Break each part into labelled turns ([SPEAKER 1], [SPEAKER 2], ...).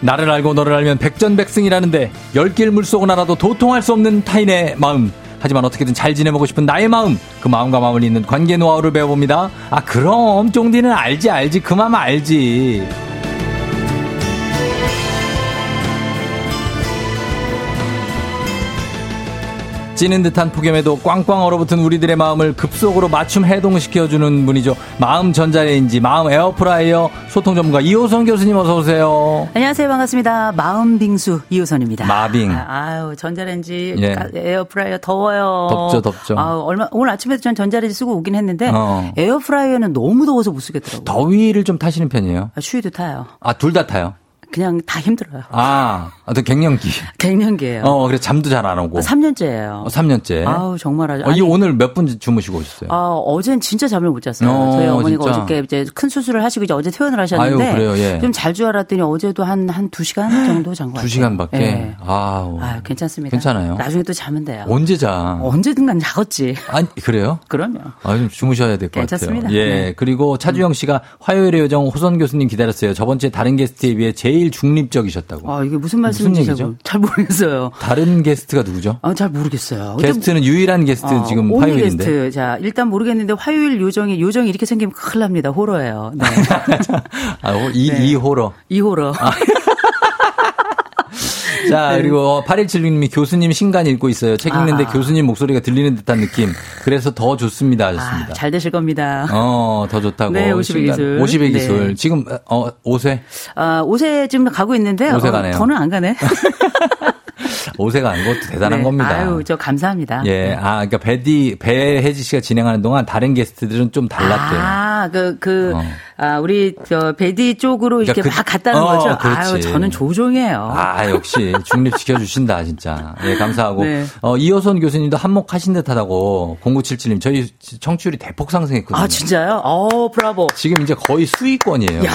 [SPEAKER 1] 나를 알고 너를 알면 백전백승이라는데 열길 물속은 알아도 도통할 수 없는 타인의 마음. 하지만 어떻게든 잘 지내보고 싶은 나의 마음. 그 마음과 마음을 잇는 관계 노하우를 배워봅니다. 아 그럼 쫑디는 알지 알지 그 마음 알지. 찌는 듯한 폭염에도 꽝꽝 얼어붙은 우리들의 마음을 급속으로 맞춤 해동시켜주는 분이죠. 마음 전자레인지, 마음 에어프라이어 소통 전문가 이호선 교수님 어서 오세요.
[SPEAKER 2] 안녕하세요. 반갑습니다. 마음 빙수 이호선입니다.
[SPEAKER 1] 마빙.
[SPEAKER 2] 아, 유 전자레인지
[SPEAKER 1] 예.
[SPEAKER 2] 에어프라이어 더워요.
[SPEAKER 1] 덥죠, 덥죠.
[SPEAKER 2] 아유, 얼마 오늘 아침에도 전 전자레인지 쓰고 오긴 했는데
[SPEAKER 1] 어.
[SPEAKER 2] 에어프라이어는 너무 더워서 못 쓰겠더라고요.
[SPEAKER 1] 더위를 좀 타시는 편이에요?
[SPEAKER 2] 아, 추위도 타요.
[SPEAKER 1] 아, 둘 다 타요.
[SPEAKER 2] 그냥 다 힘들어요.
[SPEAKER 1] 아, 어떤 갱년기.
[SPEAKER 2] 갱년기예요.
[SPEAKER 1] 어, 그래 잠도 잘 안 오고.
[SPEAKER 2] 3년째예요.
[SPEAKER 1] 어, 삼년째
[SPEAKER 2] 네. 아, 아우, 정말 아주-
[SPEAKER 1] 어, 이
[SPEAKER 2] 아니-
[SPEAKER 1] 오늘 몇 분 주무시고 오셨어요?
[SPEAKER 2] 아, 어젠 진짜 잠을 못 잤어요.
[SPEAKER 1] 어,
[SPEAKER 2] 저희 어머니가
[SPEAKER 1] 진짜?
[SPEAKER 2] 어저께 이제 큰 수술을 하시고 이제 어제 퇴원을 하셨는데
[SPEAKER 1] 아유, 그래요, 예.
[SPEAKER 2] 좀 잘 줄 알았더니 어제도 한 한 두 시간 정도 잔 것 같아요.
[SPEAKER 1] 두 시간밖에.
[SPEAKER 2] 예.
[SPEAKER 1] 아우.
[SPEAKER 2] 아, 괜찮습니다.
[SPEAKER 1] 괜찮아요.
[SPEAKER 2] 나중에 또 자면 돼요.
[SPEAKER 1] 언제 자?
[SPEAKER 2] 어, 언제든간 자겠지.
[SPEAKER 1] 아니, 그래요?
[SPEAKER 2] 그럼요.
[SPEAKER 1] 아, 좀 주무셔야 될 것 같아요.
[SPEAKER 2] 괜찮습니다.
[SPEAKER 1] 예.
[SPEAKER 2] 네.
[SPEAKER 1] 그리고 차주영 씨가 화요일의 여정 호선 교수님 기다렸어요. 저번 주에 다른 게스트에 비해 제일 중립적이셨다고.
[SPEAKER 2] 아, 이게 무슨 말씀인지
[SPEAKER 1] 무슨 얘기죠?
[SPEAKER 2] 제가 잘 모르겠어요.
[SPEAKER 1] 다른 게스트가 누구죠?
[SPEAKER 2] 아, 잘 모르겠어요. 근데
[SPEAKER 1] 게스트는 유일한 게스트
[SPEAKER 2] 어,
[SPEAKER 1] 지금
[SPEAKER 2] 오늘
[SPEAKER 1] 화요일인데.
[SPEAKER 2] 게스트. 자, 일단 모르겠는데 화요일 요정이 요정이 이렇게 생기면 큰일 납니다. 호러예요. 네.
[SPEAKER 1] 아, 호- 이,
[SPEAKER 2] 네.
[SPEAKER 1] 이 호러.
[SPEAKER 2] 이 호러.
[SPEAKER 1] 아, 자, 그리고 8176님이 교수님 신간 읽고 있어요. 책 읽는데
[SPEAKER 2] 네. 아.
[SPEAKER 1] 교수님 목소리가 들리는 듯한 느낌. 그래서 더 좋습니다.
[SPEAKER 2] 아,
[SPEAKER 1] 하셨습니다.
[SPEAKER 2] 잘 되실 겁니다.
[SPEAKER 1] 어, 더 좋다고.
[SPEAKER 2] 네, 50의
[SPEAKER 1] 신간.
[SPEAKER 2] 기술.
[SPEAKER 1] 50의
[SPEAKER 2] 네.
[SPEAKER 1] 기술. 지금, 어, 5세?
[SPEAKER 2] 아, 5세 지금 가고 있는데
[SPEAKER 1] 옷에
[SPEAKER 2] 어,
[SPEAKER 1] 가네요.
[SPEAKER 2] 더는 안 가네.
[SPEAKER 1] 5세가 아닌 것도 대단한
[SPEAKER 2] 네.
[SPEAKER 1] 겁니다.
[SPEAKER 2] 아유, 네. 저 감사합니다.
[SPEAKER 1] 예, 아, 그러니까 배디, 배혜지 씨가 진행하는 동안 다른 게스트들은 좀 달랐대요.
[SPEAKER 2] 아, 그, 그,
[SPEAKER 1] 어.
[SPEAKER 2] 아, 우리, 저, 베디 쪽으로
[SPEAKER 1] 그러니까
[SPEAKER 2] 이렇게
[SPEAKER 1] 그-
[SPEAKER 2] 막 갔다는
[SPEAKER 1] 어,
[SPEAKER 2] 거죠?
[SPEAKER 1] 그렇지.
[SPEAKER 2] 아유, 저는 조종해요.
[SPEAKER 1] 아, 역시 중립시켜 주신다 진짜. 예, 감사하고.
[SPEAKER 2] 네.
[SPEAKER 1] 어, 이호선 교수님도 한몫하신 듯하다고 0977님 저희 청취율이 대폭 상승했거든요.
[SPEAKER 2] 아, 진짜요? 어, 브라보.
[SPEAKER 1] 지금 이제 거의 수위권이에요.
[SPEAKER 2] 야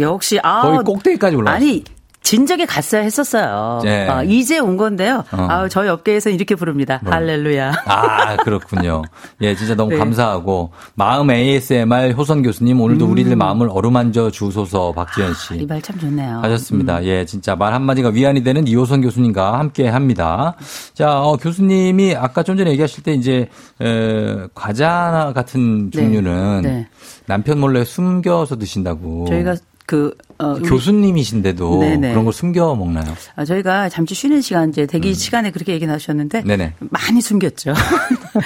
[SPEAKER 2] 역시, 아.
[SPEAKER 1] 거의 꼭대기까지 올라왔어요.
[SPEAKER 2] 아니, 진작에 갔어야 했었어요.
[SPEAKER 1] 예.
[SPEAKER 2] 아, 이제 온 건데요.
[SPEAKER 1] 어.
[SPEAKER 2] 아우, 저희 업계에서는 이렇게 부릅니다. 할렐루야.
[SPEAKER 1] 아, 그렇군요. 예, 진짜 너무
[SPEAKER 2] 네.
[SPEAKER 1] 감사하고. 마음 ASMR 호선 교수님, 오늘도 우리들 마음을 어루만져 주소서 박지현 씨.
[SPEAKER 2] 이 말 참 좋네요.
[SPEAKER 1] 예.
[SPEAKER 2] 음.
[SPEAKER 1] 하셨습니다. 예, 진짜 말 한마디가 위안이 되는 이호선 교수님과 함께 합니다. 자, 어, 교수님이 아까 좀 전에 얘기하실 때 이제, 에, 과자 같은
[SPEAKER 2] 네.
[SPEAKER 1] 종류는
[SPEAKER 2] 네.
[SPEAKER 1] 남편 몰래 숨겨서 드신다고.
[SPEAKER 2] 저희가 그, 어, 우리
[SPEAKER 1] 교수님이신데도
[SPEAKER 2] 네네.
[SPEAKER 1] 그런 걸 숨겨 먹나요?
[SPEAKER 2] 아, 저희가 잠시 쉬는 시간, 이제 대기 시간에 그렇게 얘기 나셨는데
[SPEAKER 1] 음. 네네. 네.
[SPEAKER 2] 많이 숨겼죠.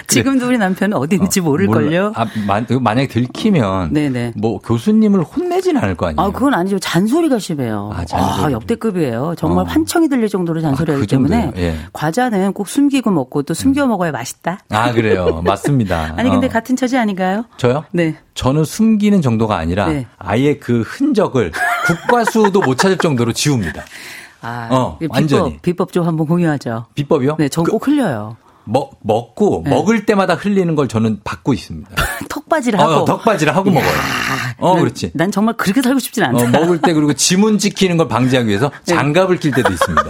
[SPEAKER 2] 지금도 우리 남편은 어디 있는지 모를걸요.
[SPEAKER 1] 몰라- 아, 만, 만약에 들키면
[SPEAKER 2] 네네.
[SPEAKER 1] 뭐 교수님을 혼내진 않을 거 아니에요?
[SPEAKER 2] 아, 그건 아니죠. 잔소리가 심해요.
[SPEAKER 1] 아, 잔소리.
[SPEAKER 2] 역대급이에요. 정말
[SPEAKER 1] 어.
[SPEAKER 2] 환청이 들릴 정도로 잔소리하기
[SPEAKER 1] 그 정도예요?
[SPEAKER 2] 때문에
[SPEAKER 1] 예. 음.
[SPEAKER 2] 과자는 꼭 숨기고 먹고 또 숨겨 먹어야 맛있다.
[SPEAKER 1] 아, 그래요. 맞습니다.
[SPEAKER 2] 아니 근데
[SPEAKER 1] 어.
[SPEAKER 2] 같은 처지 아닌가요?
[SPEAKER 1] 저요?
[SPEAKER 2] 네.
[SPEAKER 1] 저는 숨기는 정도가 아니라
[SPEAKER 2] 네.
[SPEAKER 1] 아예 그 흔적을 국과수도 못 찾을 정도로 지웁니다.
[SPEAKER 2] 아,
[SPEAKER 1] 어,
[SPEAKER 2] 비법,
[SPEAKER 1] 완전히. 어,
[SPEAKER 2] 비법 좀 한번 공유하죠.
[SPEAKER 1] 비법이요? 그
[SPEAKER 2] 네, 전 꼭 네. 흘려요.
[SPEAKER 1] 먹, 먹고 먹을 때마다 흘리는 걸 저는 받고 있습니다.
[SPEAKER 2] 아, 턱받이를
[SPEAKER 1] 어,
[SPEAKER 2] 하고.
[SPEAKER 1] 덕바지를 하고 먹어요. 어,
[SPEAKER 2] 난-
[SPEAKER 1] 그렇지.
[SPEAKER 2] 난 정말 그렇게 살고 싶진 않다.
[SPEAKER 1] 어, 먹을 때 그리고 지문 지키는 걸 방지하기 위해서
[SPEAKER 2] 네.
[SPEAKER 1] 장갑을 낄 때도 있습니다.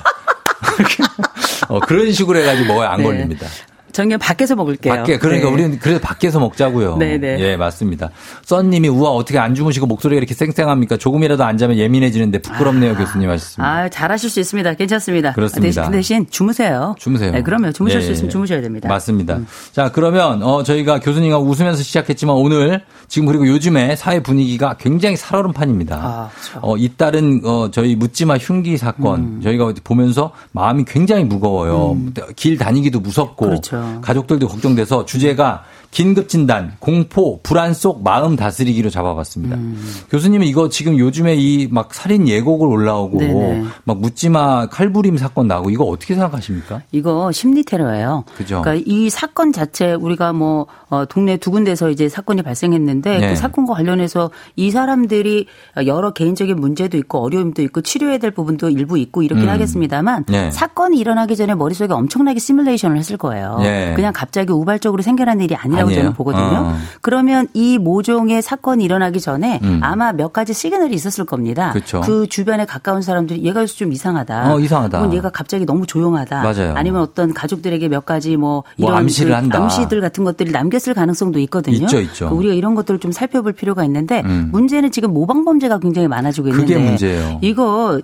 [SPEAKER 1] 어, 그런 식으로 해가지고 먹어야 안
[SPEAKER 2] 네.
[SPEAKER 1] 걸립니다.
[SPEAKER 2] 저는 그냥 밖에서 먹을게요.
[SPEAKER 1] 밖에 그러니까
[SPEAKER 2] 네.
[SPEAKER 1] 우리는 그래서 밖에서 먹자고요.
[SPEAKER 2] 네네.
[SPEAKER 1] 예, 맞습니다. 썬님이 우와 어떻게 안 주무시고 목소리가 이렇게 쌩쌩합니까? 조금이라도 안 자면 예민해지는데 부끄럽네요, 교수님 하셨습니다.
[SPEAKER 2] 아, 잘하실 수 있습니다. 괜찮습니다. 아,
[SPEAKER 1] 그렇습니다.
[SPEAKER 2] 대신, 대신 주무세요.
[SPEAKER 1] 주무세요.
[SPEAKER 2] 네, 그러면 주무실
[SPEAKER 1] 예,
[SPEAKER 2] 수 있으면 주무셔야 됩니다. 음.
[SPEAKER 1] 맞습니다. 자, 그러면 어 저희가 교수님과 웃으면서 시작했지만 오늘 지금 그리고 요즘에 사회 분위기가 굉장히 살얼음 판입니다.
[SPEAKER 2] 아, 그렇죠. 음.
[SPEAKER 1] 어 잇따른 어 저희 묻지마 흉기 사건 저희가 보면서 마음이 굉장히 무거워요. 길 다니기도 무섭고
[SPEAKER 2] 그렇죠.
[SPEAKER 1] 가족들도 걱정돼서 주제가 긴급진단, 공포, 불안 속 마음 다스리기로 잡아봤습니다.
[SPEAKER 2] 음.
[SPEAKER 1] 교수님은 이거 지금 요즘에 이 막 살인 예고글 올라오고
[SPEAKER 2] 네네.
[SPEAKER 1] 막 묻지마 칼부림 사건 나고 이거 어떻게 생각하십니까?
[SPEAKER 2] 이거 심리 테러예요.
[SPEAKER 1] 그죠.
[SPEAKER 2] 러니까이 사건 자체 우리가 뭐 어, 동네 두 군데서 이제 사건이 발생했는데
[SPEAKER 1] 네.
[SPEAKER 2] 그 사건과 관련해서 이 사람들이 여러 개인적인 문제도 있고 어려움도 있고 치료해야 될 부분도 일부 있고 이렇긴 하겠습니다만
[SPEAKER 1] 음. 네.
[SPEAKER 2] 사건이 일어나기 전에 머릿속에 엄청나게 시뮬레이션을 했을 거예요.
[SPEAKER 1] 예.
[SPEAKER 2] 그냥 갑자기 우발적으로 생겨난 일이 아니라고
[SPEAKER 1] 아니에요?
[SPEAKER 2] 저는 보거든요.
[SPEAKER 1] 어.
[SPEAKER 2] 그러면 이 모종의 사건이 일어나기 전에 아마 몇 가지 시그널이 있었을 겁니다.
[SPEAKER 1] 음. 그쵸.
[SPEAKER 2] 그 주변에 가까운 사람들이 얘가 요새 좀 이상하다.
[SPEAKER 1] 어, 이상하다.
[SPEAKER 2] 혹은 얘가 갑자기 너무 조용하다.
[SPEAKER 1] 맞아요.
[SPEAKER 2] 아니면 어떤 가족들에게 몇 가지 뭐
[SPEAKER 1] 뭐
[SPEAKER 2] 이런
[SPEAKER 1] 암시를
[SPEAKER 2] 그
[SPEAKER 1] 한다.
[SPEAKER 2] 암시들 같은 것들이 남겼을 가능성도 있거든요.
[SPEAKER 1] 있죠, 있죠.
[SPEAKER 2] 그 우리가 이런 것들을 좀 살펴볼 필요가 있는데
[SPEAKER 1] 음.
[SPEAKER 2] 문제는 지금 모방 범죄가 굉장히 많아지고 있는데
[SPEAKER 1] 그게 문제예요.
[SPEAKER 2] 이거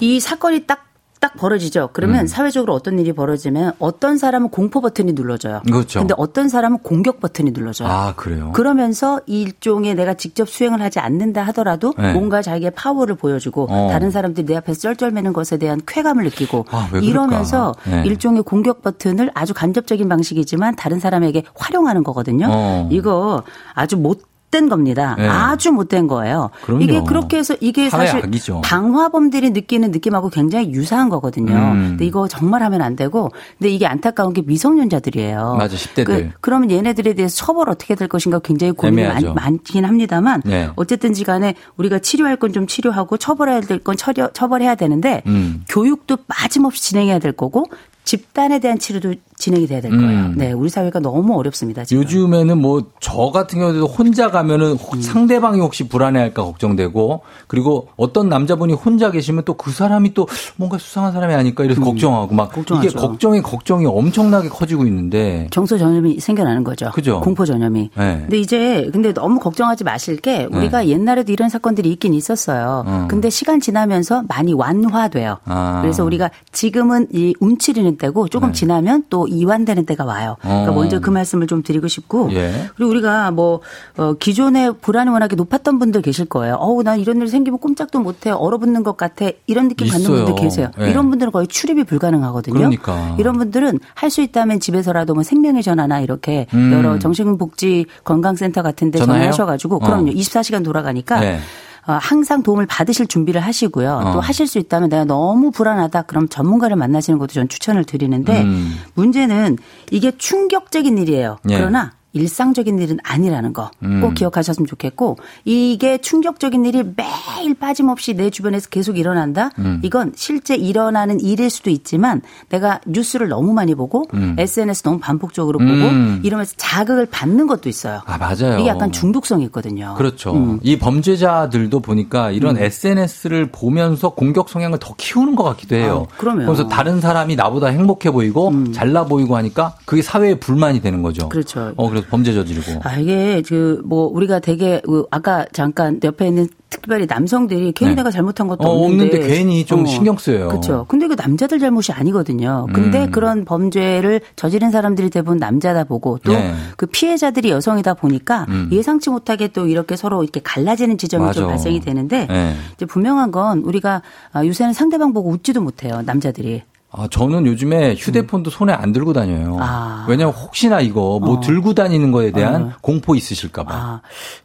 [SPEAKER 2] 이 사건이 딱 딱 벌어지죠.
[SPEAKER 1] 음.
[SPEAKER 2] 그러면 사회적으로 어떤 일이 벌어지면 어떤 사람은 공포 버튼이 눌러져요.
[SPEAKER 1] 그렇죠.
[SPEAKER 2] 근데 어떤 사람은 공격 버튼이 눌러져요.
[SPEAKER 1] 아 그래요.
[SPEAKER 2] 네. 그러면서 이 일종의 내가 직접 수행을 하지 않는다 하더라도
[SPEAKER 1] 네.
[SPEAKER 2] 뭔가 자기의 파워를 보여주고
[SPEAKER 1] 어.
[SPEAKER 2] 다른 사람들이 내 앞에서 쩔쩔매는 것에 대한 쾌감을 느끼고
[SPEAKER 1] 아, 왜 그럴까?
[SPEAKER 2] 이러면서
[SPEAKER 1] 네.
[SPEAKER 2] 일종의 공격 버튼을 아주 간접적인 방식이지만 다른 사람에게 활용하는 거거든요.
[SPEAKER 1] 어.
[SPEAKER 2] 이거 아주 못 된 겁니다.
[SPEAKER 1] 네.
[SPEAKER 2] 아주 못된 거예요.
[SPEAKER 1] 그럼요.
[SPEAKER 2] 이게 그렇게 해서 이게
[SPEAKER 1] 사회
[SPEAKER 2] 사실
[SPEAKER 1] 악이죠.
[SPEAKER 2] 방화범들이 느끼는 느낌하고 굉장히 유사한 거거든요.
[SPEAKER 1] 음.
[SPEAKER 2] 근데 이거 정말 하면 안 되고, 근데 이게 안타까운 게 미성년자들이에요.
[SPEAKER 1] 맞아, 10대 들.
[SPEAKER 2] 그, 그러면 얘네들에 대해서 처벌 어떻게 될 것인가 굉장히 고민이 많,
[SPEAKER 1] 애매하죠.
[SPEAKER 2] 많긴 합니다만
[SPEAKER 1] 네.
[SPEAKER 2] 어쨌든지 간에 우리가 치료할 건 좀 치료하고 처벌해야 될 건 처벌해야 되는데
[SPEAKER 1] 음.
[SPEAKER 2] 교육도 빠짐없이 진행해야 될 거고 집단에 대한 치료도 진행이 돼야 될 거예요. 네, 우리 사회가 너무 어렵습니다. 지금.
[SPEAKER 1] 음. 요즘에는 뭐 저 같은 경우도 혼자 가면은 혹-
[SPEAKER 2] 음.
[SPEAKER 1] 상대방이 혹시 불안해할까 걱정되고 그리고 어떤 남자분이 혼자 계시면 또 그 사람이 또 뭔가 수상한 사람이 아닐까 이래서 걱정하고 막 이게
[SPEAKER 2] 음. 걱정하죠.
[SPEAKER 1] 걱정이 걱정이 엄청나게 커지고 있는데
[SPEAKER 2] 정서 전염이 생겨나는 거죠.
[SPEAKER 1] 그죠.
[SPEAKER 2] 공포 전염이.
[SPEAKER 1] 네.
[SPEAKER 2] 근데 이제 근데 너무 걱정하지 마실 게 우리가 옛날에도 이런 사건들이 있긴 있었어요.
[SPEAKER 1] 음.
[SPEAKER 2] 근데 시간 지나면서 많이 완화돼요.
[SPEAKER 1] 아. 네.
[SPEAKER 2] 그래서 우리가 지금은 이 움츠리는 때고 조금 지나면 또 이완되는 때가 와요. 그러니까
[SPEAKER 1] 어.
[SPEAKER 2] 먼저 그 말씀을 좀 드리고 싶고
[SPEAKER 1] 예.
[SPEAKER 2] 그리고 우리가 뭐 어, 기존에 불안이 워낙에 높았던 분들 계실 거예요. 어우 난 이런 일 생기면 꼼짝도 못해 얼어붙는 것 같아 이런 느낌
[SPEAKER 1] 있어요.
[SPEAKER 2] 받는 분들 계세요.
[SPEAKER 1] 예.
[SPEAKER 2] 이런 분들은 거의 출입이 불가능하거든요.
[SPEAKER 1] 그러니까.
[SPEAKER 2] 이런 분들은 할 수 있다면 집에서라도 뭐 생명의 전화나 이렇게
[SPEAKER 1] 음.
[SPEAKER 2] 여러 정신복지 건강센터 같은 데
[SPEAKER 1] 전화해요?
[SPEAKER 2] 전화하셔가지고
[SPEAKER 1] 어.
[SPEAKER 2] 그럼요. 24시간 돌아가니까
[SPEAKER 1] 네.
[SPEAKER 2] 어, 항상 도움을 받으실 준비를 하시고요.
[SPEAKER 1] 어.
[SPEAKER 2] 또 하실 수 있다면 내가 너무 불안하다. 그럼 전문가를 만나시는 것도 전 추천을 드리는데
[SPEAKER 1] 음.
[SPEAKER 2] 문제는 이게 충격적인 일이에요.
[SPEAKER 1] 예.
[SPEAKER 2] 그러나 일상적인 일은 아니라는 거 꼭
[SPEAKER 1] 음.
[SPEAKER 2] 기억하셨으면 좋겠고 이게 충격적인 일이 매일 빠짐없이 내 주변에서 계속 일어난다.
[SPEAKER 1] 음.
[SPEAKER 2] 이건 실제 일어나는 일일 수도 있지만 내가 뉴스를 너무 많이 보고 SNS 너무 반복적으로 보고
[SPEAKER 1] 음.
[SPEAKER 2] 이러면서 자극을 받는 것도 있어요.
[SPEAKER 1] 아 맞아요.
[SPEAKER 2] 이게 약간 중독성이 음. 있거든요.
[SPEAKER 1] 그렇죠. 이 범죄자들도 보니까 이런
[SPEAKER 2] 음.
[SPEAKER 1] SNS를 보면서 공격 성향을 더 키우는 것 같기도 해요.
[SPEAKER 2] 아, 그럼요.
[SPEAKER 1] 그래서 다른 사람이 나보다 행복해 보이고 잘나 보이고 하니까 그게 사회의 불만이 되는 거죠.
[SPEAKER 2] 그렇죠.
[SPEAKER 1] 어 그래서 범죄 저지르고.
[SPEAKER 2] 아, 이게 그 뭐 우리가 되게 그 아까 잠깐 옆에 있는 특별히 남성들이 괜히
[SPEAKER 1] 네.
[SPEAKER 2] 내가 잘못한 것도
[SPEAKER 1] 어,
[SPEAKER 2] 없는데, 어.
[SPEAKER 1] 없는데 괜히 좀 신경 쓰여요.
[SPEAKER 2] 그렇죠. 근데 그 남자들 잘못이 아니거든요. 근데
[SPEAKER 1] 음.
[SPEAKER 2] 그런 범죄를 저지른 사람들이 대부분 남자다 보고 또 그
[SPEAKER 1] 네. 음.
[SPEAKER 2] 피해자들이 여성이다 보니까 예상치 못하게 또 이렇게 서로 이렇게 갈라지는 지점이 좀
[SPEAKER 1] 맞아.
[SPEAKER 2] 발생이 되는데
[SPEAKER 1] 네.
[SPEAKER 2] 이제 분명한 건 우리가 아, 요새는 상대방 보고 웃지도 못해요. 남자들이.
[SPEAKER 1] 아, 저는 요즘에 휴대폰도 손에 안 들고 다녀요.
[SPEAKER 2] 음. 아.
[SPEAKER 1] 왜냐면 혹시나 이거 뭐 들고 다니는 거에 대한
[SPEAKER 2] 어.
[SPEAKER 1] 공포 있으실까봐.
[SPEAKER 2] 아.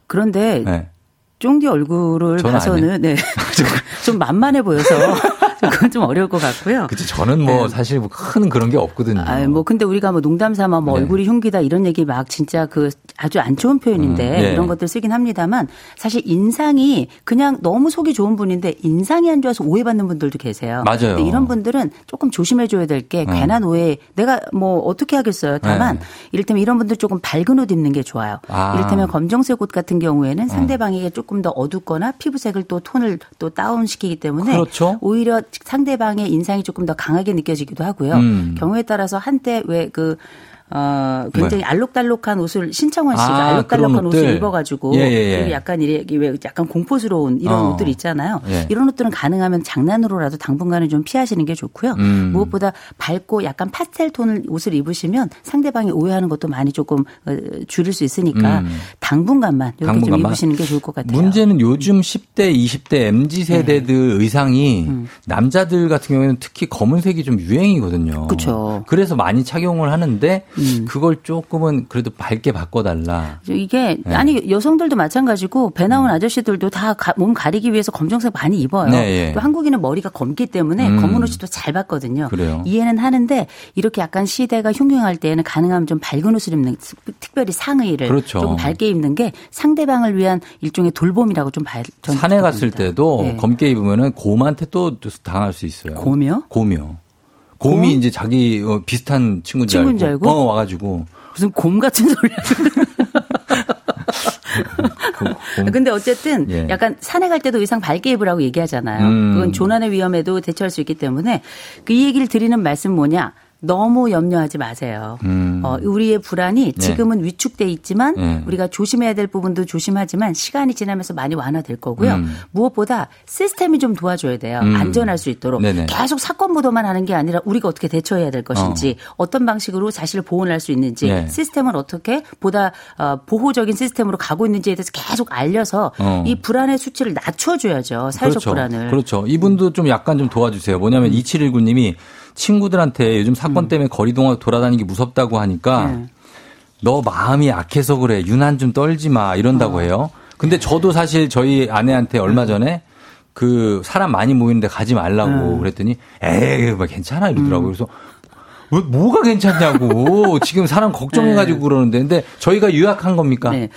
[SPEAKER 2] 그런데
[SPEAKER 1] 네.
[SPEAKER 2] 쫑디 얼굴을
[SPEAKER 1] 저는
[SPEAKER 2] 봐서는 네. 좀 만만해 보여서 그건 좀 어려울 것 같고요.
[SPEAKER 1] 그치, 저는 뭐 사실 뭐 큰 그런 게 없거든요.
[SPEAKER 2] 네. 아, 뭐 근데 우리가 뭐 농담 삼아 뭐
[SPEAKER 1] 네.
[SPEAKER 2] 얼굴이 흉기다 이런 얘기 막 진짜 그 아주 안 좋은 표현인데
[SPEAKER 1] 음, 네.
[SPEAKER 2] 이런 것들 쓰긴 합니다만 사실 인상이 그냥 너무 속이 좋은 분인데 인상이 안 좋아서 오해받는 분들도 계세요.
[SPEAKER 1] 맞아요. 음.
[SPEAKER 2] 근데 이런 분들은 조금 조심해 줘야 될 게 괜한 오해 내가 뭐 어떻게 하겠어요. 다만
[SPEAKER 1] 네.
[SPEAKER 2] 이를테면 이런 분들 조금 밝은 옷 입는 게 좋아요.
[SPEAKER 1] 아. 음.
[SPEAKER 2] 이를테면 검정색 옷 같은 경우에는 상대방에게 조금 더 어둡거나 피부색을 또 톤을 또 다운시키기 때문에
[SPEAKER 1] 그렇죠.
[SPEAKER 2] 오히려 상대방의 인상이 조금 더 강하게 느껴지기도 하고요.
[SPEAKER 1] 음.
[SPEAKER 2] 경우에 따라서 한때 왜 그 어, 굉장히 알록달록한 옷을 신창원 씨가
[SPEAKER 1] 네. 아,
[SPEAKER 2] 알록달록한
[SPEAKER 1] 그런
[SPEAKER 2] 옷을
[SPEAKER 1] 옷들.
[SPEAKER 2] 입어가지고
[SPEAKER 1] 예, 예, 예.
[SPEAKER 2] 그리고 약간 이래 이게 왜 약간 공포스러운 이런
[SPEAKER 1] 어.
[SPEAKER 2] 옷들 있잖아요.
[SPEAKER 1] 예.
[SPEAKER 2] 이런 옷들은 가능하면 장난으로라도 당분간은 좀 피하시는 게 좋고요.
[SPEAKER 1] 음.
[SPEAKER 2] 무엇보다 밝고 약간 파스텔 톤을 옷을 입으시면 상대방이 오해하는 것도 많이 조금 어, 줄일 수 있으니까
[SPEAKER 1] 음.
[SPEAKER 2] 당분간만 이렇게 좀
[SPEAKER 1] 당분간만?
[SPEAKER 2] 입으시는 게 좋을 것 같아요. 네.
[SPEAKER 1] 문제는 요즘 10대, 20대 MZ 세대들 의상이
[SPEAKER 2] 음.
[SPEAKER 1] 남자들 같은 경우에는 특히 검은색이 좀 유행이거든요.
[SPEAKER 2] 그쵸. 음.
[SPEAKER 1] 래서 많이 착용을 하는데 그걸 조금은 그래도 밝게 바꿔달라.
[SPEAKER 2] 이게
[SPEAKER 1] 네.
[SPEAKER 2] 아니 여성들도 마찬가지고 배 나온 아저씨들도 다 몸 가리기 위해서 검정색 많이 입어요.
[SPEAKER 1] 음. 네, 예. 음.
[SPEAKER 2] 또 한국인은 머리가 검기 때문에 검은 옷이 또 잘 받거든요.
[SPEAKER 1] 그래요.
[SPEAKER 2] 이해는 하는데 이렇게 약간 시대가 흉흉할 때에는 가능하면 좀 밝은 옷을 입는 특별히 상의를
[SPEAKER 1] 그렇죠.
[SPEAKER 2] 좀 밝게 입는 게 상대방을 위한 일종의 돌봄이라고 좀 봐야 저는
[SPEAKER 1] 산에
[SPEAKER 2] 생각합니다.
[SPEAKER 1] 갔을 때도
[SPEAKER 2] 네.
[SPEAKER 1] 검게 입으면은 곰한테 또 당할 수 있어요.
[SPEAKER 2] 곰이요?
[SPEAKER 1] 곰이요. 곰이 이제 자기 어, 비슷한 친구인 줄
[SPEAKER 2] 친구인 줄 알고?
[SPEAKER 1] 어, 와가지고.
[SPEAKER 2] 무슨 곰 같은 소리
[SPEAKER 1] 그 곰.
[SPEAKER 2] 근데 어쨌든
[SPEAKER 1] 예.
[SPEAKER 2] 약간 산에 갈 때도 의상 밝게 입으라고 얘기하잖아요.
[SPEAKER 1] 음.
[SPEAKER 2] 그건 조난의 위험에도 대처할 수 있기 때문에 그 이 얘기를 드리는 말씀 뭐냐. 너무 염려하지 마세요.
[SPEAKER 1] 음. 네.
[SPEAKER 2] 어, 우리의 불안이 지금은 위축돼 있지만
[SPEAKER 1] 예.
[SPEAKER 2] 우리가 조심해야 될 부분도 조심하지만 시간이 지나면서 많이 완화될 거고요. 무엇보다 시스템이 좀 도와줘야 돼요.
[SPEAKER 1] 음.
[SPEAKER 2] 안전할 수 있도록
[SPEAKER 1] 네네.
[SPEAKER 2] 계속 사건 보도만 하는 게 아니라 우리가 어떻게 대처해야 될 것인지 어. 떤 방식으로 자신을 보호할 수 있는지
[SPEAKER 1] 예.
[SPEAKER 2] 시스템을 어떻게 보다 어, 보호적인 시스템으로 가고 있는지에 대해서 계속 알려서
[SPEAKER 1] 어.
[SPEAKER 2] 이 불안의 수치를 낮춰줘야죠. 사회적
[SPEAKER 1] 그렇죠.
[SPEAKER 2] 불안을. 음.
[SPEAKER 1] 그렇죠. 이분도 좀 약간 좀 도와주세요. 뭐냐면 2719님이 친구들한테 요즘 사건
[SPEAKER 2] 음.
[SPEAKER 1] 때문에 거리 동안 돌아다니는 게 무섭다고 하니까
[SPEAKER 2] 네.
[SPEAKER 1] 너 마음이 약해서 그래. 유난 좀 떨지 마.
[SPEAKER 2] 아.
[SPEAKER 1] 이런다고 해요.
[SPEAKER 2] 네.
[SPEAKER 1] 근데 저도 사실 저희 아내한테 얼마
[SPEAKER 2] 음.
[SPEAKER 1] 전에 그 사람 많이 모이는데 가지 말라고
[SPEAKER 2] 음.
[SPEAKER 1] 그랬더니 에이, 뭐 괜찮아 이러더라고요. 그래서 왜, 뭐가 괜찮냐고. 지금 사람 걱정해가지고 그러는데. 근데 저희가 유약한 겁니까?
[SPEAKER 2] 네.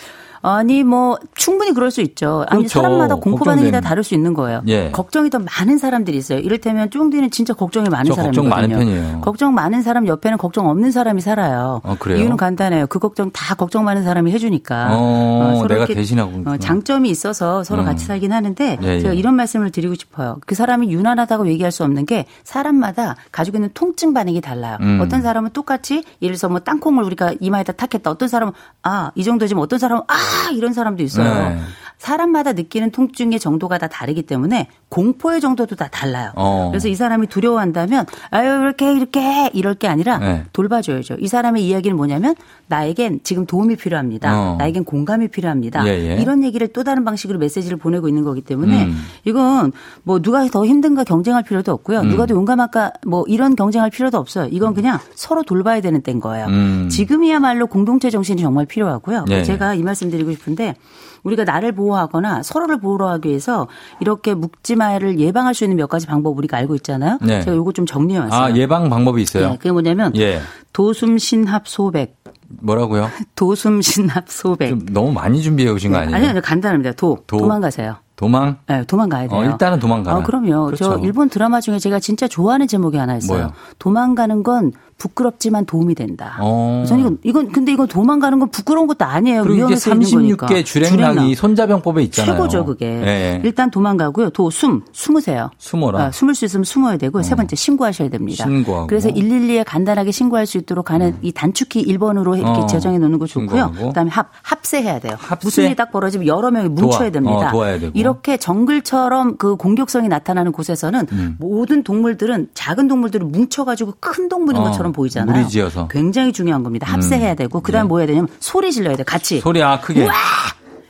[SPEAKER 2] 아니 뭐 충분히 그럴 수 있죠. 아니
[SPEAKER 1] 그렇죠.
[SPEAKER 2] 사람마다 공포 반응이 다
[SPEAKER 1] 걱정되는.
[SPEAKER 2] 다를 수 있는 거예요.
[SPEAKER 1] 예.
[SPEAKER 2] 걱정이 더 많은 사람들이 있어요. 이를테면 쫑디는 진짜 걱정이 많은
[SPEAKER 1] 저 그렇죠. 걱정
[SPEAKER 2] 사람이거든요.
[SPEAKER 1] 많은 편이에요.
[SPEAKER 2] 걱정 많은 사람 옆에는 걱정 없는 사람이 살아요.
[SPEAKER 1] 아, 그래요?
[SPEAKER 2] 이유는 간단해요. 그 걱정 다 걱정 많은 사람이 해주니까.
[SPEAKER 1] 어,
[SPEAKER 2] 서로
[SPEAKER 1] 내가
[SPEAKER 2] 이렇게
[SPEAKER 1] 대신하고
[SPEAKER 2] 어,
[SPEAKER 1] 있구나. 음.
[SPEAKER 2] 장점이 있어서 서로 같이 살긴 하는데
[SPEAKER 1] 예, 예.
[SPEAKER 2] 제가 이런 말씀을 드리고 싶어요. 그 사람이 유난하다고 얘기할 수 없는 게 사람마다 가지고 있는 통증 반응이 달라요.
[SPEAKER 1] 음.
[SPEAKER 2] 어떤 사람은 똑같이 예를 들어서 뭐 땅콩을 우리가 이마에다 탁했다. 어떤 사람은 아 이 정도지만 어떤 사람은 아 이런 사람도 있어요.
[SPEAKER 1] 네.
[SPEAKER 2] 사람마다 느끼는 통증의 정도가 다 다르기 때문에 공포의 정도도 다 달라요.
[SPEAKER 1] 어.
[SPEAKER 2] 그래서 이 사람이 두려워한다면 아유 이렇게 이렇게 해, 이럴 게 아니라
[SPEAKER 1] 네.
[SPEAKER 2] 돌봐줘야죠. 이 사람의 이야기는 뭐냐면 나에겐 지금 도움이 필요합니다.
[SPEAKER 1] 어.
[SPEAKER 2] 나에겐 공감이 필요합니다.
[SPEAKER 1] 예, 예.
[SPEAKER 2] 이런 이런 얘기를 또 다른 방식으로 메시지를 보내고 있는 거기 때문에
[SPEAKER 1] 음.
[SPEAKER 2] 이건 뭐 누가 더 힘든가 경쟁할 필요도 없고요.
[SPEAKER 1] 음.
[SPEAKER 2] 누가 더 용감할까 뭐 이런 경쟁할 필요도 없어요. 이건 그냥 서로 돌봐야 되는 때인 거예요.
[SPEAKER 1] 음.
[SPEAKER 2] 지금이야말로 공동체 정신이 정말 필요하고요.
[SPEAKER 1] 네.
[SPEAKER 2] 제가 이 말씀 드리고 싶은데 우리가 나를 보호하거나 서로를 보호하기 위해서 이렇게 묵지마를 예방할 수 있는 몇 가지 방법 우리가 알고 있잖아요.
[SPEAKER 1] 네.
[SPEAKER 2] 제가 요거 좀 정리해 왔어요.
[SPEAKER 1] 아, 예방 방법이 있어요.
[SPEAKER 2] 네, 그게 뭐냐면
[SPEAKER 1] 예.
[SPEAKER 2] 도숨신합 소백,
[SPEAKER 1] 뭐라고요?
[SPEAKER 2] 도숨신합 소백.
[SPEAKER 1] 좀 너무 많이 준비해 오신 거 아니에요?
[SPEAKER 2] 네, 아니요, 아니요, 간단합니다. 도,
[SPEAKER 1] 도.
[SPEAKER 2] 도망가세요.
[SPEAKER 1] 도망?
[SPEAKER 2] 네, 도망가야 돼요.
[SPEAKER 1] 어, 일단은 도망가라.
[SPEAKER 2] 아, 그럼요. 저
[SPEAKER 1] 그렇죠.
[SPEAKER 2] 일본 드라마 중에 제가 진짜 좋아하는 제목이 하나 있어요.
[SPEAKER 1] 뭐요?
[SPEAKER 2] 도망가는 건 부끄럽지만 도움이 된다.
[SPEAKER 1] 어.
[SPEAKER 2] 저는 이건, 이건 근데 이건 도망가는 건 부끄러운 것도 아니에요.
[SPEAKER 1] 그리고 이게
[SPEAKER 2] 위험해서 있는 거니까.
[SPEAKER 1] 36개
[SPEAKER 2] 주랭랑.
[SPEAKER 1] 주랭랑이 손자병법에 있잖아요.
[SPEAKER 2] 최고죠, 그게.
[SPEAKER 1] 예, 예.
[SPEAKER 2] 일단 도망가고요. 도, 숨, 숨으세요.
[SPEAKER 1] 숨어라.
[SPEAKER 2] 아, 숨을 수 있으면 숨어야 되고, 세 번째, 신고하셔야 됩니다.
[SPEAKER 1] 신고하고. 음.
[SPEAKER 2] 그래서 112에 간단하게 신고할 수 있도록 하는 이 단축키 1번으로 이렇게
[SPEAKER 1] 어,
[SPEAKER 2] 지정해 놓는 거 좋고요.
[SPEAKER 1] 신고하고.
[SPEAKER 2] 그 다음에 합, 합세해야 돼요.
[SPEAKER 1] 합세?
[SPEAKER 2] 무슨 일이 딱 벌어지면 여러 명이
[SPEAKER 1] 도와,
[SPEAKER 2] 뭉쳐야 됩니다.
[SPEAKER 1] 어, 도와야 되고.
[SPEAKER 2] 이렇게 정글처럼 그 공격성이 나타나는 곳에서는
[SPEAKER 1] 음.
[SPEAKER 2] 모든 동물들은 작은 동물들은 뭉쳐가지고 큰 동물인
[SPEAKER 1] 어,
[SPEAKER 2] 것처럼 보이잖아요.
[SPEAKER 1] 무리지어서. 네.
[SPEAKER 2] 굉장히 중요한 겁니다. 합세해야 되고, 그 다음에 뭐 해야 되냐면 소리 질러야 돼요. 같이.
[SPEAKER 1] 소리 아 크게.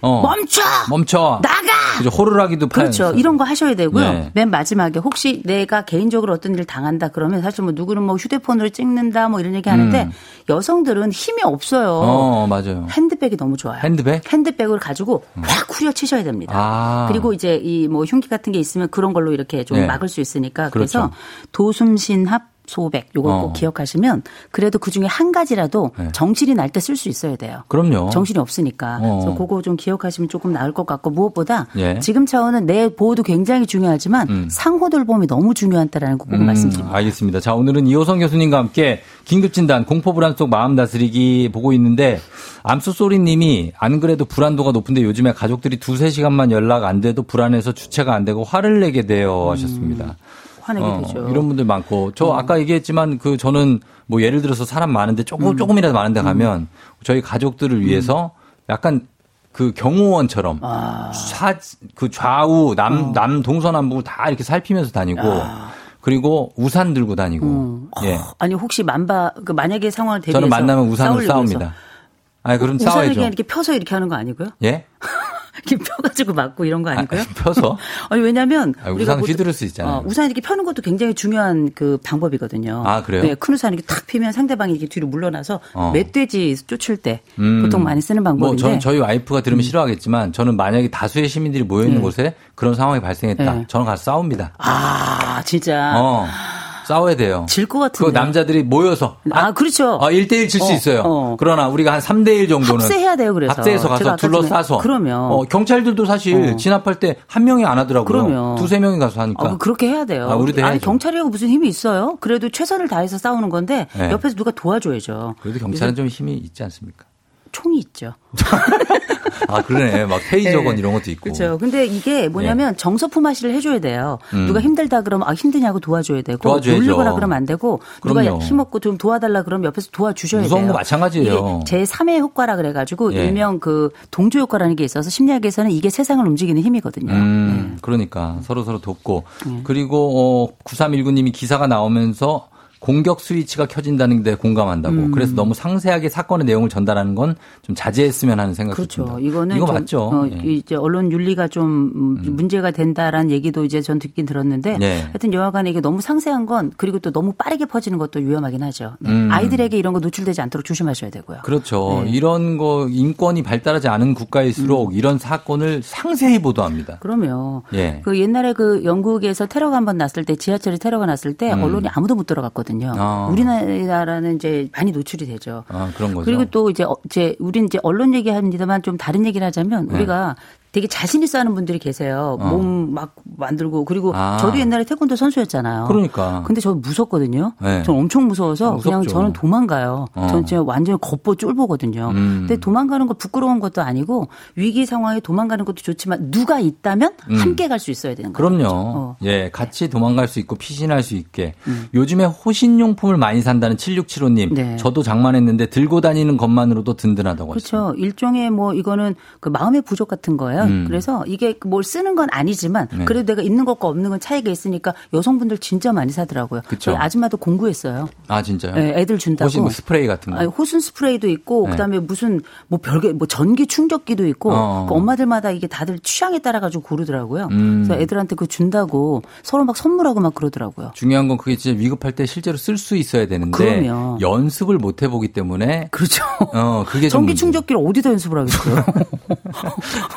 [SPEAKER 1] 어.
[SPEAKER 2] 멈춰!
[SPEAKER 1] 멈춰.
[SPEAKER 2] 나가!
[SPEAKER 1] 그죠. 호루라기도 팔.
[SPEAKER 2] 그렇죠. 이런 거 하셔야 되고요.
[SPEAKER 1] 네.
[SPEAKER 2] 맨 마지막에 혹시 내가 개인적으로 어떤 일을 당한다 그러면 사실 뭐 누구는 뭐 휴대폰으로 찍는다 뭐 이런 얘기 하는데 여성들은 힘이 없어요.
[SPEAKER 1] 음. 어, 맞아요.
[SPEAKER 2] 핸드백이 너무 좋아요.
[SPEAKER 1] 핸드백? 음.
[SPEAKER 2] 핸드백을 가지고 확 후려치셔야 됩니다.
[SPEAKER 1] 아.
[SPEAKER 2] 그리고 이제 이 뭐 흉기 같은 게 있으면 그런 걸로 이렇게 좀
[SPEAKER 1] 네.
[SPEAKER 2] 막을 수 있으니까 그래서
[SPEAKER 1] 그렇죠.
[SPEAKER 2] 도숨신합 소백 요거
[SPEAKER 1] 어.
[SPEAKER 2] 꼭 기억하시면 그래도 그 중에 한 가지라도
[SPEAKER 1] 네.
[SPEAKER 2] 정신이 날 때 쓸 수 있어야 돼요.
[SPEAKER 1] 그럼요.
[SPEAKER 2] 정신이 없으니까.
[SPEAKER 1] 어.
[SPEAKER 2] 그래서 그거 좀 기억하시면 조금 나을 것 같고 무엇보다
[SPEAKER 1] 예.
[SPEAKER 2] 지금 차원은 내 보호도 굉장히 중요하지만 상호돌봄이 너무 중요하다라는 거꼭 말씀드립니다.
[SPEAKER 1] 음, 알겠습니다. 자, 오늘은 이호성 교수님과 함께 긴급진단, 공포불안 속 마음 다스리기 보고 있는데, 암수소리님이 안 그래도 불안도가 높은데 요즘에 가족들이 두세 시간만 연락 안 돼도 불안해서 주체가 안 되고 화를 내게 돼요 하셨습니다.
[SPEAKER 2] 음. 화내게
[SPEAKER 1] 어,
[SPEAKER 2] 되죠. 어.
[SPEAKER 1] 이런 분들 많고 저 아까 얘기했지만 그 저는 뭐 예를 들어서 사람 많은데 조금
[SPEAKER 2] 음.
[SPEAKER 1] 조금이라도 많은데 가면 저희 가족들을 위해서 약간 그 경호원처럼
[SPEAKER 2] 아.
[SPEAKER 1] 사, 그 좌우 남
[SPEAKER 2] 어.
[SPEAKER 1] 남 동서남북을 다 이렇게 살피면서 다니고
[SPEAKER 2] 아.
[SPEAKER 1] 그리고 우산 들고 다니고
[SPEAKER 2] 음.
[SPEAKER 1] 예
[SPEAKER 2] 어. 아니 혹시 만바 그 만약에 상황을 대비해서
[SPEAKER 1] 저는 만나면 우산으로
[SPEAKER 2] 싸우려고 해서
[SPEAKER 1] 싸웁니다. 아 그럼
[SPEAKER 2] 우산을
[SPEAKER 1] 싸워야죠.
[SPEAKER 2] 그냥 이렇게 펴서 이렇게 하는 거 아니고요?
[SPEAKER 1] 예?
[SPEAKER 2] 이렇게 펴가지고 맞고 이런 거 아니고요?
[SPEAKER 1] 아, 펴서?
[SPEAKER 2] 아니 왜냐하면
[SPEAKER 1] 아, 우산 휘두를 수 있잖아요.
[SPEAKER 2] 어, 우산 이렇게 펴는 것도 굉장히 중요한 그 방법이거든요.
[SPEAKER 1] 아, 그래요?
[SPEAKER 2] 네, 큰 우산 이렇게 탁 펴면 상대방이 이렇게 뒤로 물러나서
[SPEAKER 1] 어.
[SPEAKER 2] 멧돼지 쫓을 때
[SPEAKER 1] 음.
[SPEAKER 2] 보통 많이 쓰는
[SPEAKER 1] 뭐
[SPEAKER 2] 방법인데. 음.
[SPEAKER 1] 저는 저희 와이프가 들으면 싫어하겠지만 저는 만약에 다수의 시민들이 모여 있는 곳에 그런 상황이 발생했다.
[SPEAKER 2] 네.
[SPEAKER 1] 저는 가서 싸웁니다.
[SPEAKER 2] 아 진짜
[SPEAKER 1] 어. 싸워야 돼요.
[SPEAKER 2] 질 것 같은데.
[SPEAKER 1] 그 남자들이 모여서
[SPEAKER 2] 아, 그렇죠.
[SPEAKER 1] 어, 1대1 질 수
[SPEAKER 2] 어,
[SPEAKER 1] 있어요.
[SPEAKER 2] 어.
[SPEAKER 1] 그러나 우리가 한 3대1 정도는
[SPEAKER 2] 합세해야 돼요, 그래서.
[SPEAKER 1] 합세해서
[SPEAKER 2] 제가
[SPEAKER 1] 가서
[SPEAKER 2] 아까
[SPEAKER 1] 둘러싸서
[SPEAKER 2] 전에- 그럼요.
[SPEAKER 1] 어, 경찰들도 사실 진압할 때 한 명이 안 하더라고요.
[SPEAKER 2] 그럼요.
[SPEAKER 1] 두세 명이 가서 하니까.
[SPEAKER 2] 아, 그렇게 해야 돼요.
[SPEAKER 1] 아, 우리도
[SPEAKER 2] 아니
[SPEAKER 1] 해야죠.
[SPEAKER 2] 경찰이라고 무슨 힘이 있어요? 그래도 최선을 다해서 싸우는 건데
[SPEAKER 1] 네.
[SPEAKER 2] 옆에서 누가 도와줘야죠.
[SPEAKER 1] 그래도 경찰은 좀 힘이 있지 않습니까?
[SPEAKER 2] 총이 있죠.
[SPEAKER 1] 아, 그러네. 막 테이저건 이런 것도 있고.
[SPEAKER 2] 그렇죠. 근데 이게
[SPEAKER 1] 예.
[SPEAKER 2] 뭐냐면 정서품화시를 해줘야 돼요. 누가 힘들다 그러면 아 힘드냐고 도와줘야 되고
[SPEAKER 1] 음. 도와줘야죠.
[SPEAKER 2] 놀리거나 그러면 안 되고 누가
[SPEAKER 1] 그럼요.
[SPEAKER 2] 힘없고 좀 도와달라 그러면 옆에서 도와주셔야
[SPEAKER 1] 무서운
[SPEAKER 2] 돼요.
[SPEAKER 1] 거 마찬가지예요.
[SPEAKER 2] 제 3의 효과라 그래가지고
[SPEAKER 1] 예.
[SPEAKER 2] 일명 그 동조 효과라는 게 있어서 심리학에서는 이게 세상을 움직이는 힘이거든요.
[SPEAKER 1] 음, 그러니까 서로 서로 돕고
[SPEAKER 2] 예.
[SPEAKER 1] 그리고 어 9319님이 기사가 나오면서 공격 스위치가 켜진다는 데 공감한다고.
[SPEAKER 2] 음.
[SPEAKER 1] 그래서 너무 상세하게 사건의 내용을 전달하는 건 좀 자제했으면 하는 생각이
[SPEAKER 2] 그렇죠.
[SPEAKER 1] 듭니다.
[SPEAKER 2] 이거는
[SPEAKER 1] 이거
[SPEAKER 2] 좀,
[SPEAKER 1] 맞죠?
[SPEAKER 2] 어,
[SPEAKER 1] 예.
[SPEAKER 2] 이제 언론 윤리가 좀 음, 문제가 된다라는 얘기도 이제 전 듣긴 들었는데
[SPEAKER 1] 네.
[SPEAKER 2] 하여튼 여하간에 이게 너무 상세한 건 그리고 또 너무 빠르게 퍼지는 것도 위험하긴 하죠. 네. 아이들에게 이런 거 노출되지 않도록 조심하셔야 되고요.
[SPEAKER 1] 음. 그렇죠.
[SPEAKER 2] 네.
[SPEAKER 1] 이런 거 인권이 발달하지 않은
[SPEAKER 2] 음.
[SPEAKER 1] 국가일수록 이런 사건을 상세히 보도합니다.
[SPEAKER 2] 그러면
[SPEAKER 1] 예.
[SPEAKER 2] 그 옛날에 그 영국에서 테러가 한 번 났을 때 지하철에 테러가 났을 때 언론이 아무도 못 들어갔거든요.
[SPEAKER 1] 음. 아.
[SPEAKER 2] 우리나라는 이제 많이 노출이 되죠.
[SPEAKER 1] 아, 그런 거죠.
[SPEAKER 2] 그리고 또 이제 어- 이제 우린 이제 언론 얘기합니다만 좀 다른 얘기를 하자면
[SPEAKER 1] 네.
[SPEAKER 2] 우리가 되게 자신 있어 하는 분들이 계세요. 몸 막 만들고 그리고
[SPEAKER 1] 아.
[SPEAKER 2] 저도 옛날에 태권도 선수였잖아요.
[SPEAKER 1] 그러니까.
[SPEAKER 2] 근데 저는 무섭거든요.
[SPEAKER 1] 네.
[SPEAKER 2] 저는 엄청 무서워서 그냥
[SPEAKER 1] 무섭죠. 어.
[SPEAKER 2] 저는 도망가요. 저는 진짜 완전히 겉보 쫄보거든요.
[SPEAKER 1] 음.
[SPEAKER 2] 근데 도망가는 거 부끄러운 것도 아니고 위기 상황에 도망가는 것도 좋지만 누가 있다면
[SPEAKER 1] 음.
[SPEAKER 2] 함께 갈 수 있어야 되는 거예요.
[SPEAKER 1] 그럼요.
[SPEAKER 2] 어. 음.
[SPEAKER 1] 예, 같이 도망갈 수 있고 피신할 수 있게. 요즘에 호신용품을 많이 산다는 7675님.
[SPEAKER 2] 네.
[SPEAKER 1] 저도 장만했는데 들고 다니는 것만으로도 든든하다고 하셨어요.
[SPEAKER 2] 그렇죠. 일종의 뭐 이거는 그 마음의 네. 부족 같은 거예요. 그래서 이게 뭘 쓰는 건 아니지만 그래도 내가 있는 것과 없는 건 차이가 있으니까 여성분들 진짜 많이 사더라고요.
[SPEAKER 1] 그쵸.
[SPEAKER 2] 저희 아줌마도 공구했어요.
[SPEAKER 1] 아, 진짜요?
[SPEAKER 2] 예, 애들 준다고. 네.
[SPEAKER 1] 혹시 뭐 스프레이 같은 거?
[SPEAKER 2] 아니, 호순 스프레이도 있고 그다음에 무슨 뭐 별게 뭐 전기 충격기도 있고
[SPEAKER 1] 어.
[SPEAKER 2] 그 엄마들마다 이게 다들 취향에 따라 가지고 고르더라고요. 그래서 애들한테 그 준다고 서로 막 선물하고 막 그러더라고요.
[SPEAKER 1] 중요한 건 그게 진짜 위급할 때 실제로 쓸 수 있어야 되는데
[SPEAKER 2] 그럼요.
[SPEAKER 1] 연습을 못 해보기 때문에
[SPEAKER 2] 그렇죠.
[SPEAKER 1] 어 그게 좀
[SPEAKER 2] 전기
[SPEAKER 1] 문제.
[SPEAKER 2] 충격기를 어디다 연습을 하겠어요?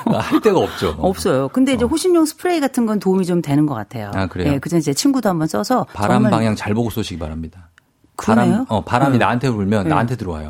[SPEAKER 1] 아, 할 데가 없죠.
[SPEAKER 2] 없어요. 근데 이제 호신용 스프레이 같은 건 도움이 좀 되는 것 같아요.
[SPEAKER 1] 아, 그래요?
[SPEAKER 2] 예, 그전 제 친구도 한번 써서
[SPEAKER 1] 바람
[SPEAKER 2] 정말
[SPEAKER 1] 방향 잘 보고 쏘시기 바랍니다.
[SPEAKER 2] 그러네요? 네.
[SPEAKER 1] 바람 어 바람이 나한테 불면 나한테 들어와요.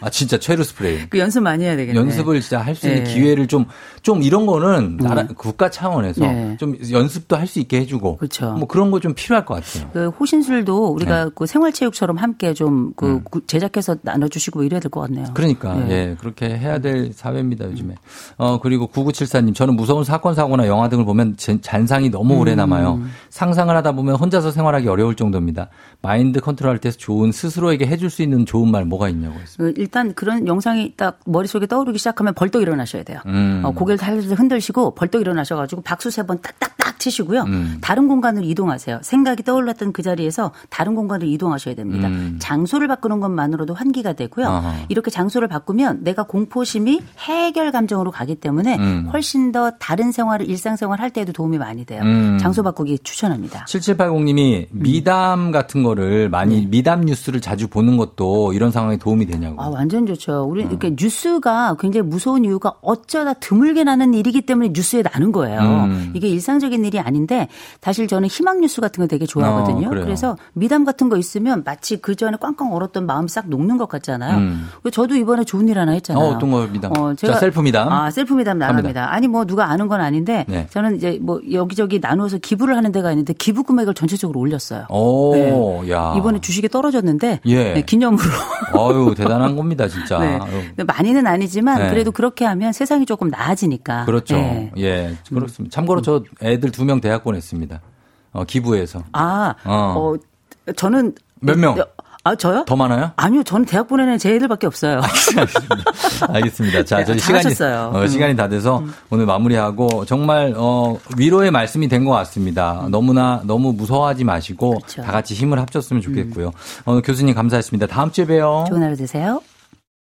[SPEAKER 1] 아 진짜 최루 스프레이.
[SPEAKER 2] 그 연습 많이 해야 되겠네.
[SPEAKER 1] 연습을 진짜 할 수 있는
[SPEAKER 2] 네.
[SPEAKER 1] 기회를 좀 좀 이런
[SPEAKER 2] 음.
[SPEAKER 1] 거는 나라 국가 차원에서
[SPEAKER 2] 네.
[SPEAKER 1] 좀 연습도 할 수 있게 해주고
[SPEAKER 2] 그렇죠.
[SPEAKER 1] 뭐 그런 거 좀 필요할 것 같아요.
[SPEAKER 2] 그 호신술도
[SPEAKER 1] 네.
[SPEAKER 2] 우리가 그 생활체육처럼 함께 좀 그 제작해서 나눠주시고 뭐 이래야 될 것 같네요.
[SPEAKER 1] 음. 그러니까 예 그렇게 해야 될 사회입니다 요즘에 어 그리고 9974님 저는 무서운 사건 사고나 영화 등을 보면 제- 잔상이 너무
[SPEAKER 2] 음.
[SPEAKER 1] 오래 남아요 상상을 하다 보면 혼자서 생활하기 어려울 정도입니다 마인드 컨트롤할 때 좋은 스스로에게 해줄 수 있는 좋은 말 뭐가 있냐고 했습니다
[SPEAKER 2] 그 일단 그런 영상이 딱 머릿속에 떠오르기 시작하면 벌떡 일어나셔야 돼요. 어, 고개를 살살 흔들시고 벌떡 일어나셔가지고 박수 세 번 딱딱딱 치시고요. 다른 공간으로 이동하세요. 생각이 떠올랐던 그 자리에서 다른 공간으로 이동하셔야 됩니다. 장소를 바꾸는 것만으로도 환기가 되고요.
[SPEAKER 1] 아하.
[SPEAKER 2] 이렇게 장소를 바꾸면 내가 공포심이 해결 감정으로 가기 때문에 훨씬 더 다른 생활을 일상생활 할 때에도 도움이 많이 돼요. 장소 바꾸기 추천합니다.
[SPEAKER 1] 7780님이 미담 같은 거를 많이 미담 뉴스를 자주 보는 것도 이런 상황에 도움이 되냐고
[SPEAKER 2] 음. 아, 완전 좋죠.
[SPEAKER 1] 음.
[SPEAKER 2] 우리 이렇게 뉴스가 굉장히 무서운 이유가 어쩌다 드물게 나는 일이기 때문에 뉴스에 나는 거예요.
[SPEAKER 1] 음.
[SPEAKER 2] 이게 일상적인 일이 아닌데 사실 저는 희망 뉴스 같은 거 되게 좋아하거든요.
[SPEAKER 1] 어, 그래요.
[SPEAKER 2] 그래서 미담 같은 거 있으면 마치 그 전에 꽝꽝 얼었던 마음이 싹 녹는 것 같잖아요. 그 저도 이번에 좋은 일 하나 했잖아요.
[SPEAKER 1] 음. 어, 어떤 거 미담? 자, 셀프 미담.
[SPEAKER 2] 아, 셀프 미담 나갑니다. 아니 뭐 누가 아는 건 아닌데
[SPEAKER 1] 네.
[SPEAKER 2] 저는 이제 뭐 여기저기 나누어서 기부를 하는 데가 있는데 기부 금액을 전체적으로 올렸어요.
[SPEAKER 1] 오, 야.
[SPEAKER 2] 네. 이번에 주식이 떨어졌는데
[SPEAKER 1] 어. 예.
[SPEAKER 2] 네, 기념으로
[SPEAKER 1] 아유, 대단한 겁니다, 진짜.
[SPEAKER 2] 네.
[SPEAKER 1] 아유.
[SPEAKER 2] 근데 많이는 아니지만
[SPEAKER 1] 그러니까. 음. 네.
[SPEAKER 2] 그래도 그렇게 하면 세상이 조금 나아지니까.
[SPEAKER 1] 그렇죠.
[SPEAKER 2] 예.
[SPEAKER 1] 예, 그렇습니다. 참고로 저 애들 두 명 대학 보냈습니다. 어, 기부해서.
[SPEAKER 2] 아,
[SPEAKER 1] 어.
[SPEAKER 2] 어. 저는
[SPEAKER 1] 몇 명?
[SPEAKER 2] 아 저요?
[SPEAKER 1] 더 아. 많아요?
[SPEAKER 2] 아니요, 저는 대학 보내는 제 애들밖에 없어요.
[SPEAKER 1] 알겠습니다. 알겠습니다. 자,
[SPEAKER 2] 네,
[SPEAKER 1] 저희 시간이
[SPEAKER 2] 잘하셨어요.
[SPEAKER 1] 어,
[SPEAKER 2] 음.
[SPEAKER 1] 시간이 다 돼서 오늘 마무리하고 정말 어, 위로의 말씀이 된 것 같습니다. 너무나 너무 무서워하지 마시고
[SPEAKER 2] 그렇죠.
[SPEAKER 1] 다 같이 힘을 합쳤으면 좋겠고요. 오늘 교수님 감사했습니다. 다음 주에 봬요.
[SPEAKER 2] 음. 좋은 하루 되세요.